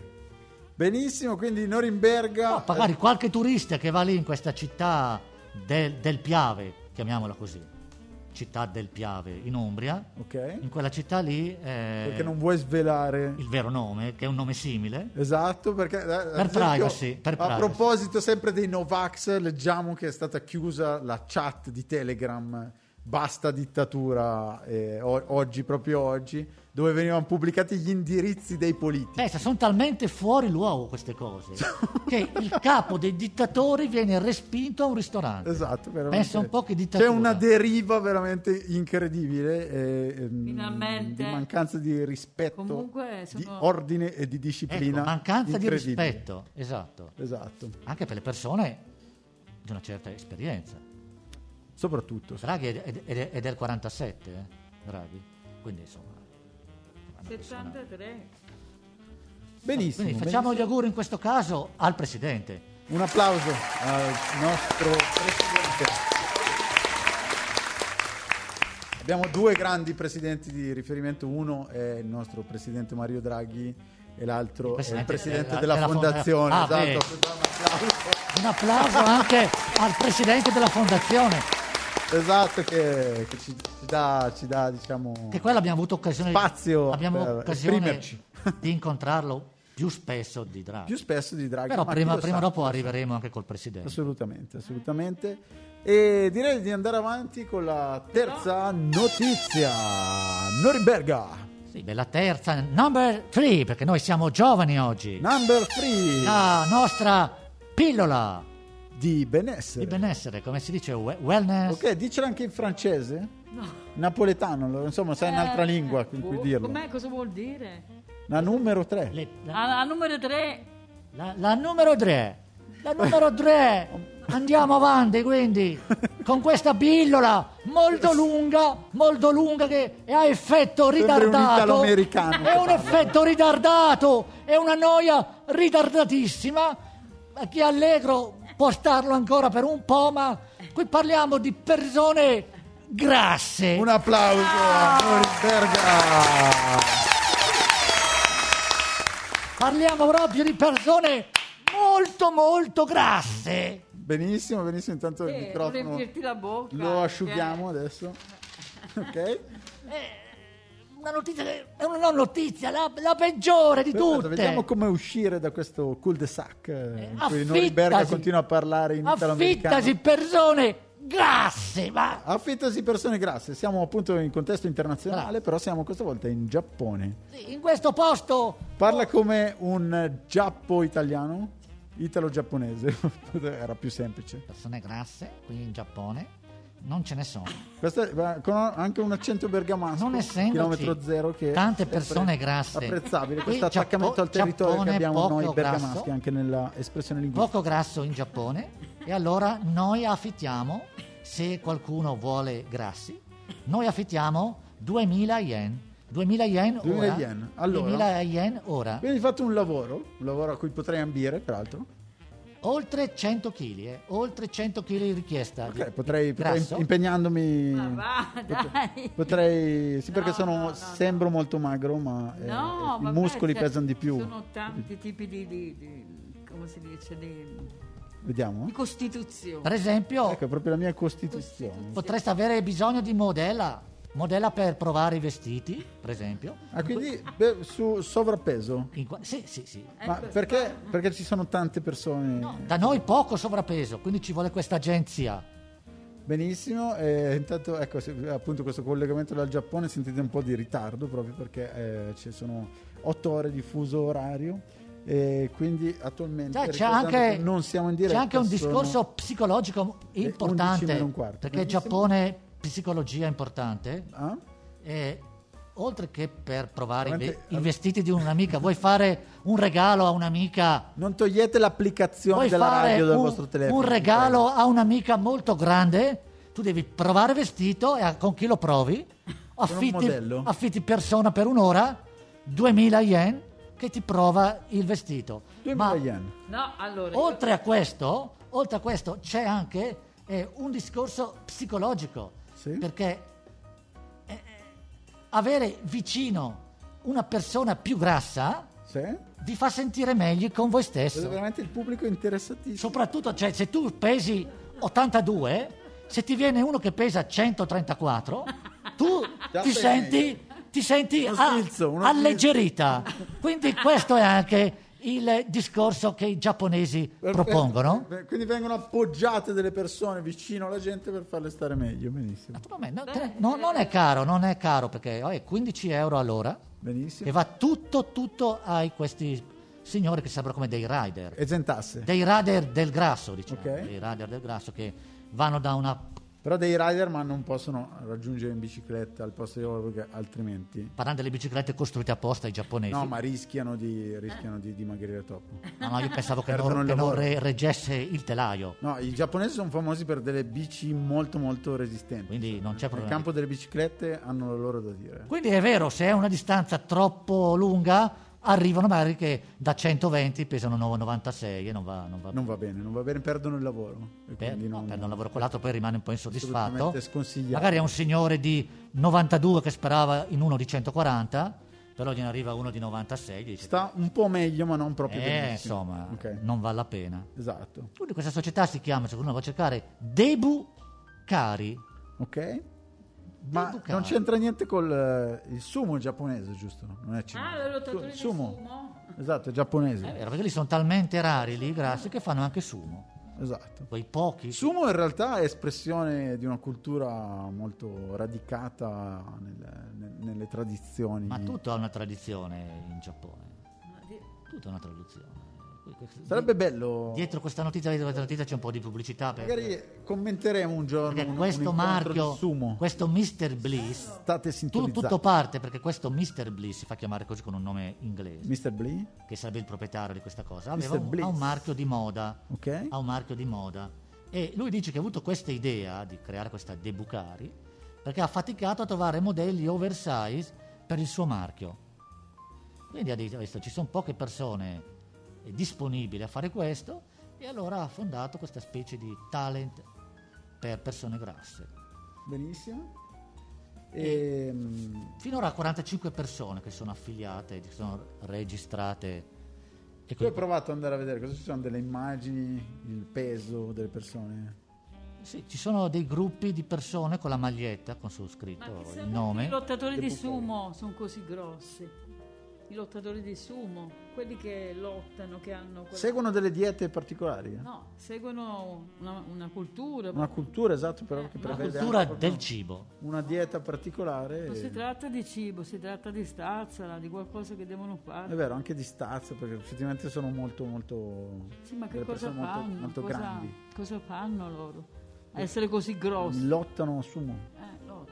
Benissimo, quindi Norimberga No, magari qualche turista che va lì in questa città del, del Piave, chiamiamola così, città del Piave in Umbria, Ok. in quella città lì eh, Perché non vuoi svelare. il vero nome, che è un nome simile, Esatto, perché eh, ad esempio, privacy, per a privacy. proposito sempre dei Novax, leggiamo che è stata chiusa la chat di Telegram Basta dittatura eh, o- oggi, proprio oggi, dove venivano pubblicati gli indirizzi dei politici. Pensa, sono talmente fuori luogo queste cose che il capo dei dittatori viene respinto a un ristorante. Esatto, veramente. Pensa un po' che dittatura. C'è una deriva veramente incredibile. eh, ehm, Finalmente. Di mancanza di rispetto, Comunque, sono- di ordine e di Ecco, disciplina. mancanza di incredibile. rispetto, esatto. Esatto, Anche per le persone di una certa esperienza. soprattutto. Draghi è, è- è- è del 47, eh? Draghi. Quindi insomma... una persona- 73. Benissimo. Quindi facciamo benissimo. gli auguri in questo caso al Presidente. Un applauso al nostro presidente. Abbiamo due grandi presidenti di riferimento, uno è il nostro presidente Mario Draghi e l'altro è il presidente della, fonda- fondazione. Ah, esatto. beh. Un applauso. Un applauso anche al Presidente della Fondazione, Esatto, che, che ci, ci dà, ci dà, diciamo... che qua abbiamo avuto occasione, Spazio abbiamo per occasione esprimerci. di incontrarlo più spesso di Draghi. Più spesso di Draghi. Però ma prima chi lo prima o sa? dopo arriveremo anche col Presidente. Assolutamente, assolutamente. E direi di andare avanti con la terza notizia. Norimberga, Sì, beh, la terza, number three, perché noi siamo giovani oggi. number 3 La nostra pillola di benessere. di benessere, come si dice, we- wellness. Ok, dicelo anche in francese. Napoletano, lo- insomma, sai un'altra lingua in cui Eh, boh, dirlo. Com'è? Cosa vuol dire? La numero 3. Le- la, Alla numero 3. la- la numero tre, la numero tre. Andiamo avanti quindi con questa pillola molto lunga, molto lunga che ha effetto Sembra un ritardato. italo-americano che È un parla. effetto ritardato, è una noia ritardatissima. ma Chi è allegro può starlo ancora per un po', ma qui parliamo di persone grasse. Un applauso a Norimberga. Parliamo proprio di persone molto molto grasse. Benissimo, benissimo. Intanto il Eh, non riempirti microfono la bocca. lo asciughiamo adesso. Ok? Una notizia che è una non notizia, la, la peggiore di Perfetto, tutte. Vediamo come uscire da questo cul-de-sac eh, in cui Affittasi. Norimberga continua a parlare in Affittasi italo-americano. persone grasse, ma Affittasi persone grasse. Siamo appunto in contesto internazionale, però siamo questa volta in Giappone. in questo posto Parla come un giappo italiano, italo-giapponese. Era più semplice. persone grasse qui in Giappone non ce ne sono. Questo è- con anche un accento bergamasco, Non essendoci chilometro zero, che tante è sempre persone grasse. Apprezzabile Qui questo attaccamento al Giappo- territorio Giappone che abbiamo poco noi bergamaschi, grasso. anche nella espressione linguistica. Poco grasso in Giappone e allora noi affittiamo se qualcuno vuole grassi. Noi affittiamo 2000 yen. 2000 yen 2000 ora. yen, allora. 2000 yen ora. Quindi fate un lavoro, un lavoro a cui potrei ambire, peraltro. Oltre 100 kg, eh. oltre 100 kg di richiesta. Ok, di- potrei, di potrei grasso. impegnandomi. Ma Eh, va, Eh, dai. Potrei. Sì, perché No, sono. no, no, no. sembro molto magro, ma eh, No, i vabbè, muscoli cioè, pesano di più. Sono tanti tipi di, di- di- come si dice, di, Vediamo. di costituzione. Per esempio, Ecco, è proprio la mia costituzione. potreste avere bisogno di modella, modella per provare i vestiti, per esempio. Ah, quindi beh, su sovrappeso. In qua- sì, sì, sì. Ma Ecco, perché, perché ci sono tante persone. Da noi poco sovrappeso, quindi ci vuole questa agenzia Benissimo, eh, intanto ecco se- appunto questo collegamento dal Giappone sentite un po' di ritardo proprio perché eh, ci sono otto ore di fuso orario e quindi attualmente Già, c'è, ricordando anche, che non siamo in diretta. c'è anche un sono- discorso psicologico le 11 importante, meno un quarto. perché il Benissimo. Giappone psicologia è importante, Ah? e oltre che per provare i, ve- Veramente- i vestiti di un'amica, vuoi fare un regalo a un'amica, Non togliete l'applicazione vuoi della fare radio dal un, vostro telefono. un regalo a un'amica molto grande, tu devi provare vestito e a- con chi lo provi, affitti, modello. affitti persona per un'ora, 2000 yen che ti prova il vestito. 2000 Ma- yen. No, allora... Oltre a questo, oltre a questo c'è anche eh, un discorso psicologico, Sì. perché eh, eh, avere vicino una persona più grassa Sì? vi fa sentire meglio con voi Vedo stesso. veramente il pubblico è interessatissimo. Soprattutto cioè, se tu pesi 82, se ti viene uno che pesa 134, tu Già ti sei senti, ti senti Uno a- smilzo, uno alleggerita. Quindi questo è anche il discorso che i giapponesi Perfetto. propongono. Beh, Eh, Quindi vengono appoggiate delle persone vicino alla gente per farle stare meglio. Benissimo. Naturalmente, no, tre- no, non è caro, non è caro perché oh, è 15 euro all'ora Benissimo. e va tutto, tutto ai questi signori che sembrano come dei rider, Esentasse. dei rider del grasso, diciamo, Eh. Ok. dei rider del grasso che vanno da una, Però dei rider ma non possono raggiungere in bicicletta al posto di lavoro perché altrimenti... parlando delle biciclette costruite apposta ai giapponesi. No, ma rischiano di, rischiano di dimagrire troppo. No, no, io pensavo che Perdono non, il che non lavoro. re- reggesse il telaio, No, i giapponesi sono famosi per delle bici molto molto resistenti. quindi non c'è Nel problema. campo delle biciclette hanno la loro da dire. Quindi è vero, se è una distanza troppo lunga arrivano magari che da 120 pesano 9,96 e non va, non va Non va bene, non va bene, perdono il lavoro. E per, quindi no, non- per non lavoro con l'altro poi rimane un po' insoddisfatto Assolutamente sconsigliato. magari è un signore di 92 che sperava in uno di 140 però gliene arriva uno di 96 e dice Sta un po' meglio ma non proprio eh, benissimo. insomma Ok. non vale la pena Esatto. quindi questa società si chiama se qualcuno la va a cercare Debu Kari Ok? Ma Debu Kari. non c'entra niente col eh, il sumo giapponese, giusto? Non è cinese. Ah, le lottatori Il di sumo? Eh, Esatto, è giapponese. è vero Eh, perché lì sono talmente rari lì i grassi che fanno anche sumo Esatto. quei pochi Il sumo in realtà è espressione di una cultura molto radicata nel- nel- nelle tradizioni. ma tutto ha una tradizione in Giappone tutto ha una tradizione Sarebbe bello. dietro questa notizia dietro questa notizia c'è un po' di pubblicità per- Magari commenteremo un giorno Perché un, questo un incontro marchio, di sumo. questo Mr. Bliss, State tu- sintonizzati. tutto parte perché questo Mr. Bliss si fa chiamare così con un nome inglese, Mr. Blee, che sarebbe il proprietario di questa cosa. Aveva Mr. un, Bliss. ha un marchio di moda. ok? Ha un marchio di moda. E lui dice che ha avuto questa idea di creare questa Debucari perché ha faticato a trovare modelli oversize per il suo marchio. Quindi ha detto, "Adesso ci sono poche persone eh, disponibili a fare questo e allora ha fondato questa specie di talent per persone grasse. Benissimo. Eh. Ehm, Finora 45 persone che sono affiliate, che sono registrate. E tu hai quindi- provato ad andare a vedere cosa ci sono delle immagini, il peso delle persone. sì, ci sono dei gruppi di persone con la maglietta con su Ma scritto chissà il perché nome. I lottatori di sumo sono così grossi. I lottatori di sumo, quelli che lottano, che hanno... quella- Seguono delle diete particolari? eh? No, seguono una, una cultura. Una cultura, esatto, però che Una La prevede cultura anche proprio del cibo. una dieta particolare. Non si e- tratta di cibo, si tratta di stazzala, di qualcosa che devono È fare. vero, anche di stazza, perché effettivamente sono molto, molto... Sì, ma che Eh, delle cosa persone fanno? Molto, molto cosa, grandi. Eh. cosa fanno loro? A essere così grossi. Lottano sumo. Eh, lottano.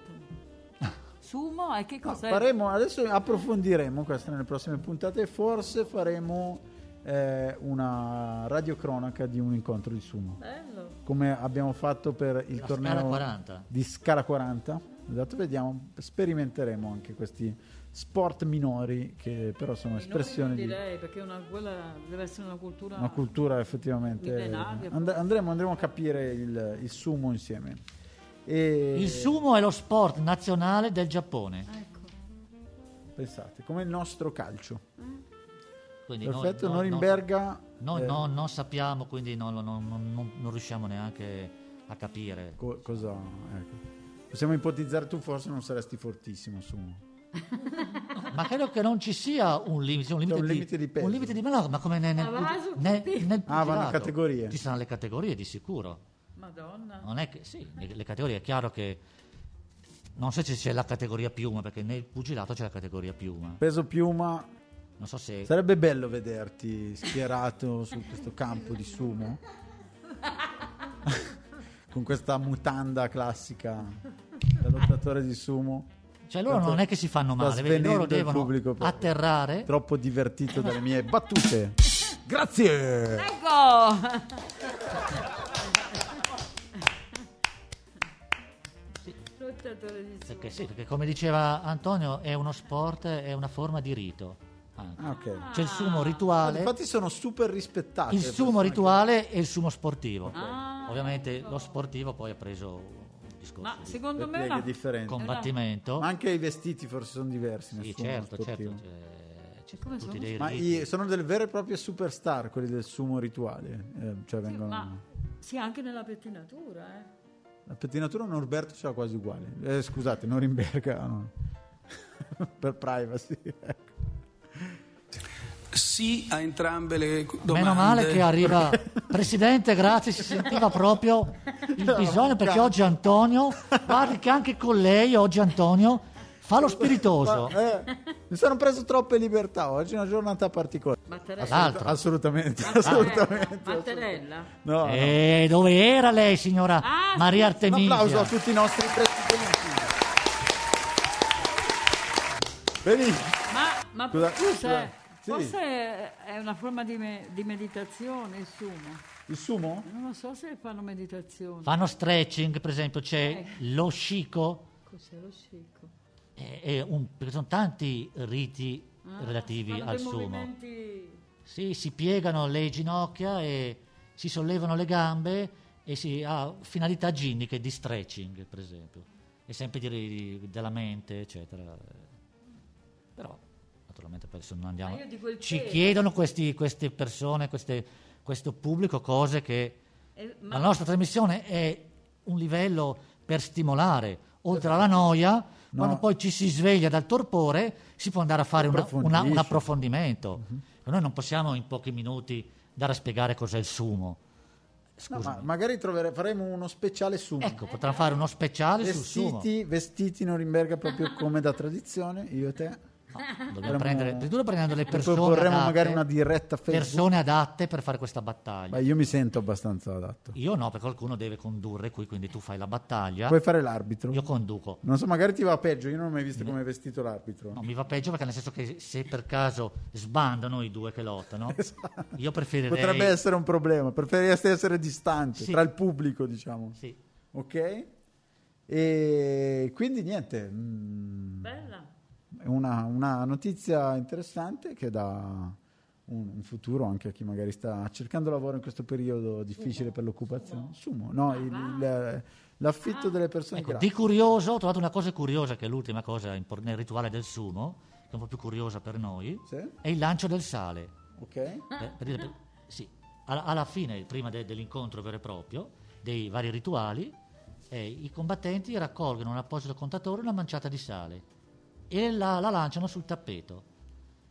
Sumo e che cos'è? Faremo, adesso approfondiremo questo nelle prossime puntate e forse faremo eh, una radiocronaca di un incontro di sumo. Bello. Come abbiamo fatto per il La torneo Scala 40. di Scala 40. Esatto, vediamo, sperimenteremo anche questi sport minori che però sono espressione Espressione di... direi, perché una, quella deve essere una cultura... una cultura effettivamente Millenaria. And- andremo, andremo a capire il, il sumo insieme e Il sumo è lo sport nazionale del Giappone. Ecco. pensate come il nostro calcio Quindi noi- perfetto noi- Norimberga Noi eh, no- non sappiamo, quindi non, non- non- non- non riusciamo neanche a capire. co- cosa ecco. possiamo ipotizzare tu forse non saresti fortissimo sumo Ma credo che non ci sia un limite, un limite, un di, limite di peso. un limite di- ma no, ma come nel, nel, Ma va su nel- tutti. nel Ah, vanno a pugilato. categorie. Ci saranno le categorie di sicuro. Madonna. Non è che, sì, le, le categorie è chiaro che non so se c'è la categoria piuma, perché nel pugilato c'è la categoria piuma. Peso piuma, Non so se sarebbe bello vederti schierato su questo campo di sumo con questa mutanda classica da lottatore di sumo. Cioè loro Tanto non è che si fanno sta male, vedi, loro svenendo il devono pubblico proprio. atterrare. Troppo divertito dalle mie battute. Grazie! Ecco! Lottatore di sumo. Perché, sì, perché come diceva Antonio, è uno sport, è una forma di rito. anche. Ah, ok. C'è il sumo rituale, Infatti ah, sono super rispettati. il le sumo persone rituale e il sumo sportivo. Ah, Ovviamente ecco. lo sportivo poi ha preso un discorso Ma di che- secondo le me pieghe la- differenti. combattimento. Ma anche i vestiti forse sono diversi. nel Sì, sumo certo, sportivo. certo. c'è- c'è Come tutti sono? dei Ma riti. i- sono delle vere e proprie superstar quelli del sumo rituale. eh, cioè sì, vengono... ma sì, anche nella pettinatura, eh. La pettinatura Norberto ce l'ha quasi uguale. Eh, scusate, Norimberga. ah, no. per privacy. ecco. Sì a entrambe le domande. Meno male che arriva Presidente, grazie, si sentiva proprio il bisogno perché oggi Antonio, guardi che anche con lei oggi Antonio fa lo spiritoso. Ma, eh, mi sono preso troppe libertà. Oggi è una giornata particolare. Batterella. L'altro. Ah. Assolutamente, Ah, eh, assolutamente. Batterella. No, no. E Eh, dove era lei signora Ah, Maria Un applauso a Artemisia? tutti i nostri presidenti. Benissimo. Ma, ma Scusa, scusa, scusa, eh, sì. forse è- è una forma di, me- di meditazione il sumo. Il sumo? Non lo so se fanno meditazione. Fanno stretching, per esempio, Eh. c'è lo scico, Cos'è lo scicco? eh, è un- perché sono tanti riti relativi Ah, Fanno al dei sumo. movimenti- Sì, si piegano le ginocchia e si sollevano le gambe e si ha finalità ginniche di stretching, per esempio, e sempre di, di- della mente, eccetera. Però, naturalmente, adesso non andiamo. Ma io di quel Ci pelo. chiedono questi- queste persone, queste- questo pubblico, cose che eh, ma la nostra trasmissione è un livello per stimolare, oltre alla noia, quando poi ci si sveglia dal torpore, si può andare a fare una- una- un Approfondisci. approfondimento. Mhm. Noi non possiamo in pochi minuti dare a spiegare cos'è il sumo. No, Scusa, ma magari trovere- faremo uno speciale sumo. ecco, potremmo fare uno speciale sul sumo. Vestiti, vestiti Norimberga proprio come da tradizione, io e te. No, dobbiamo Dovremmo- prendere, addirittura prendendo le persone Proporremo adatte, magari una diretta Facebook. persone adatte per fare questa battaglia. Ma io mi sento abbastanza adatto. Io no, perché qualcuno deve condurre qui, quindi tu fai la battaglia, Puoi fare l'arbitro? io conduco. Non so, magari ti va peggio. Io non ho mai visto come è vestito l'arbitro. Mm. No, mi va peggio perché nel senso che se per caso sbandano i due che lottano, io preferirei... Esatto. Potrebbe essere un problema. Preferiresti essere distante Sì. tra il pubblico, diciamo. Sì. Ok? E quindi niente. mm, bella. È una, una notizia interessante che dà un, un futuro anche a chi magari sta cercando lavoro in questo periodo difficile per l'occupazione. Sumo, no, il- il- l'affitto delle persone Ecco, grazie. di curioso, ho trovato una cosa curiosa, che è l'ultima cosa impor- nel rituale del sumo, che è un po' più curiosa per noi, Sì? è il lancio del sale. eh? Ok? Per- Eh, per dire- per- sì, alla, alla fine, prima de- dell'incontro vero e proprio, dei vari rituali, eh, i combattenti raccolgono un apposito contatore e una manciata di sale e la, la lanciano sul tappeto.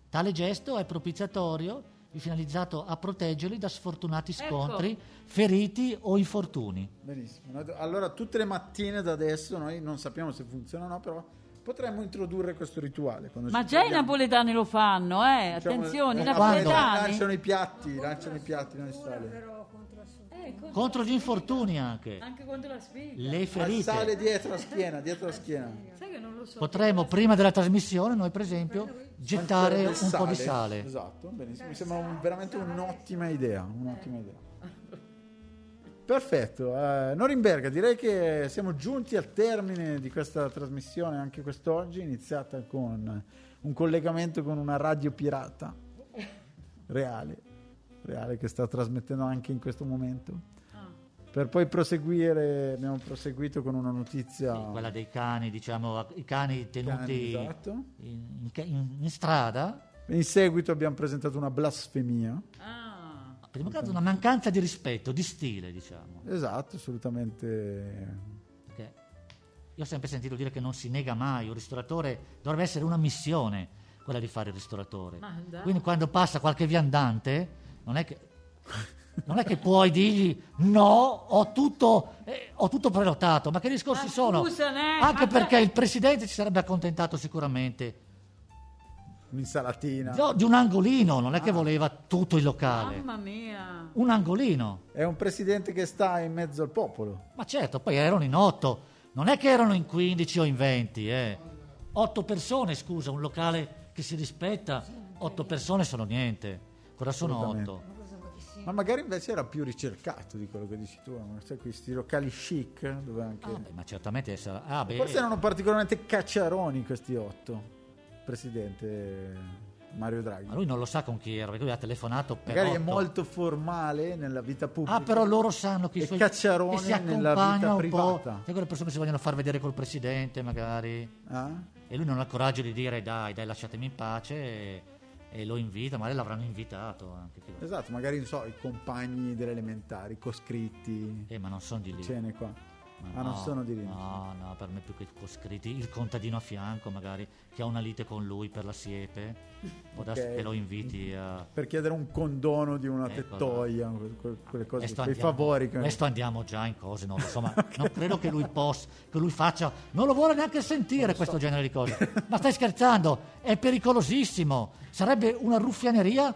Tale gesto è propiziatorio e finalizzato a proteggerli da sfortunati scontri, feriti o infortuni. Benissimo. Allora, tutte le mattine da adesso noi non sappiamo se funziona o no, però potremmo introdurre questo rituale. quando Ma ci già i troviamo. napoletani lo fanno, eh? Diciamo, Attenzione, i eh, quando? napoletani. Lanciano i piatti, lanciano i piatti, non il sale. Eh, con- Contro gli infortuni anche, Anche quando la sfida. le Ma il sale ferite. dietro la schiena, dietro la schiena. Sai che non lo so. Potremmo prima della trasmissione noi per esempio gettare Del un po' di sale. Esatto, benissimo. Mi sembra un- veramente un'ottima idea, un'ottima idea. Perfetto, eh, Norimberga, direi che siamo giunti al termine di questa trasmissione anche quest'oggi, iniziata con un collegamento con una radio pirata reale, reale che sta trasmettendo anche in questo momento. Ah, Per poi proseguire, abbiamo proseguito con una notizia Sì, quella dei cani, diciamo, a- i cani tenuti esatto. in, in ca- in- in strada. In seguito abbiamo presentato una blasfemia. Ah, Prima che altro una mancanza di rispetto, di stile, diciamo. Esatto, assolutamente. Perché io ho sempre sentito dire che non si nega mai, un ristoratore dovrebbe essere una missione quella di fare il ristoratore. Ma dai. Quindi quando passa qualche viandante, non è che Non è che puoi dirgli no, ho tutto, eh, ho tutto prenotato, ma che discorsi Ma sono? scusane, Anche ma- perché il presidente si sarebbe accontentato sicuramente Un'insalatina. No, di un angolino, non è che voleva tutto il locale, Mamma mia. un angolino. È un presidente che sta in mezzo al popolo. Ma certo, poi erano in otto, non è che erano in 15 o in 20, eh. Otto persone, scusa, un locale che si rispetta, otto persone sono niente. Cosa sono Assolutamente. otto? Ma magari invece era più ricercato di quello che dici tu. no? Sai, questi locali chic, dove anche... Ah, beh, ma certamente sarà... Ah, beh, Forse erano particolarmente cacciaroni questi otto. Presidente Mario Draghi. ma lui non lo sa con chi era, perché lui ha telefonato per Magari è otto. molto formale nella vita pubblica. Ah, però loro sanno che i E suoi cacciarone e si nella vita accompagna un po'. privata. Sai quelle persone che si vogliono far vedere col presidente, magari. Ah? E lui non ha il coraggio di dire dai, dai, lasciatemi in pace e, e lo invita, magari l'avranno invitato anche. chi lo sa. Esatto, magari non so, i compagni delle elementari, coscritti, Eh, ma non sono di lì. cene qua. Ma ah, non no, sono di lì. No, no, per me più che coscritti, il contadino a fianco magari, che ha una lite con lui per la siepe, può darsi Ok. che lo inviti a... Per chiedere un condono di una Eccola. tettoia, que- que- quelle cose, Ecco, Ah, Questo quei andiamo- favori. che- questo andiamo già in cose, non lo so, ma non credo che lui possa, che lui faccia, non lo vuole neanche sentire questo genere di cose. Ma stai scherzando, è pericolosissimo, sarebbe una ruffianeria.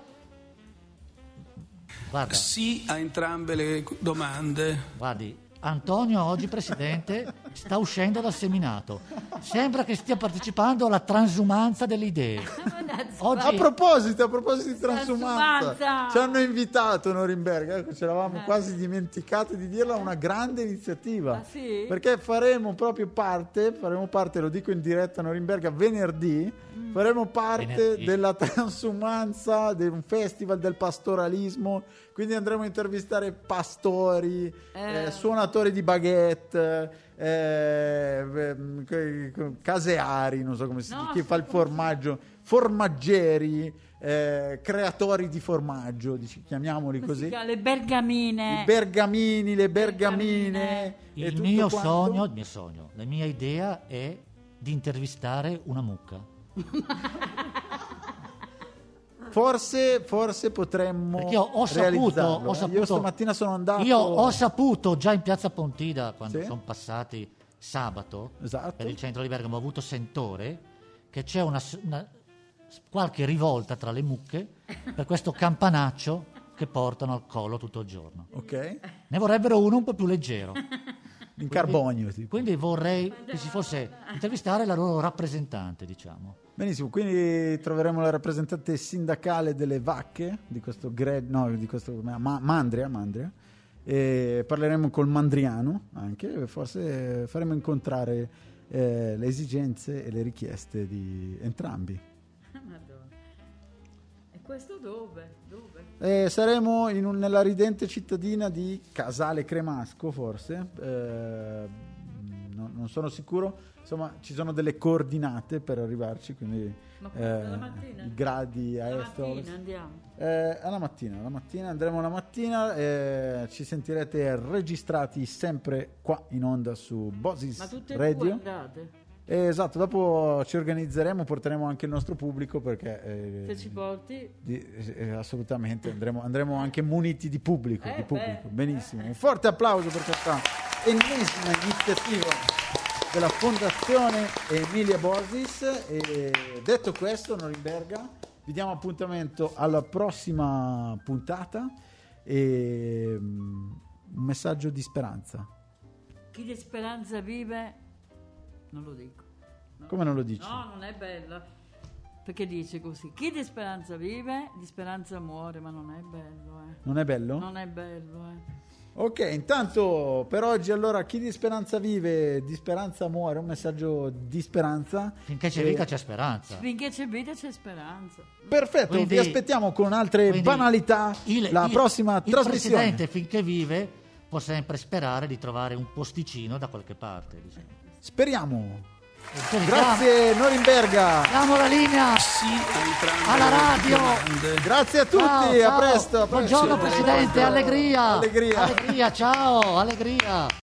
Guarda, Sì a entrambe le domande. guardi, Antonio oggi presidente sta uscendo dal seminato, sembra che stia partecipando alla transumanza delle idee. A Oggi, proposito, a proposito di transumanza, Transumanza! ci hanno invitato a Norimberga, ecco, ce l'avamo quasi dimenticato di dirla, una grande iniziativa. Eh. Ah, sì? Perché faremo proprio parte, faremo parte, lo dico in diretta a Norimberga, venerdì, Mm. faremo parte Venerdì. della transumanza, di un festival del pastoralismo, quindi andremo a intervistare pastori, Eh. eh, suonatori di baguette. eh, ehm, que- que- caseari, non so come si No, dice, chi sì, fa il come si formaggio, formaggeri, eh, creatori di formaggio, dici, chiamiamoli Come si così. chiama? Le bergamine. I bergamini, le bergamine. e il tutto mio quanto. sogno, il mio sogno, la mia idea è di intervistare una mucca. Forse, forse potremmo. Perché io ho saputo, realizzarlo, ho eh. saputo- Io stamattina sono andato. Io ho saputo già in piazza Pontida quando Sì? sono passati sabato Esatto. per il centro di Bergamo, ho avuto sentore che c'è una, s- una- s- qualche rivolta tra le mucche per questo campanaccio che portano al collo tutto il giorno. Ok? Ne vorrebbero uno un po' più leggero. In carbonio, tipo. Quindi vorrei che si fosse intervistare la loro rappresentante, diciamo. Benissimo, quindi troveremo la rappresentante sindacale delle vacche di questo Gred, no, di questo ma- Mandria, Mandria. E parleremo col Mandriano anche, e forse faremo incontrare eh, le esigenze e le richieste di entrambi. Madonna. E questo dove? Dove? E saremo in un- nella ridente cittadina di Casale Cremasco, forse, eh, no- non sono sicuro. Insomma, ci sono delle coordinate per arrivarci, quindi Ma eh, quando? La mattina? i gradi a La est a mattina ovest. andiamo. Eh, alla mattina, alla mattina andremo la mattina, eh, ci sentirete registrati sempre qua in onda su Bosis Ma tutte e due Radio. andate. Eh, esatto, dopo ci organizzeremo, porteremo anche il nostro pubblico perché... eh, Se ci porti di- eh, assolutamente, andremo, andremo anche muniti di pubblico. Eh, di pubblico. beh. Benissimo, un forte applauso per questa ennesima iniziativa della Fondazione Emilia Borsis. E detto questo, Norimberga, vi diamo appuntamento alla prossima puntata e mm, un messaggio di speranza. chi di speranza vive, non lo dico. Come non lo dici? No, non è bello. Perché dice così, chi di speranza vive, di speranza muore, ma non è bello, eh. Non è bello? Non è bello, eh. Ok, intanto per oggi allora chi di speranza vive, di speranza muore, un messaggio di speranza. Finché c'è E- vita c'è speranza. Finché c'è vita c'è speranza. Perfetto, vi Quindi- aspettiamo con altre Quindi Eh, banalità il- la il- prossima Il trasmissione. presidente finché vive può sempre sperare di trovare un posticino da qualche parte. Diciamo. Speriamo. Grazie. Grazie Norimberga. Diamo la linea. Sì a entrambe Alla le radio. domande. Grazie a tutti, Ciao, a ciao. presto. a presto. Buongiorno presidente, allegria. Allegria. Allegria, ciao, allegria.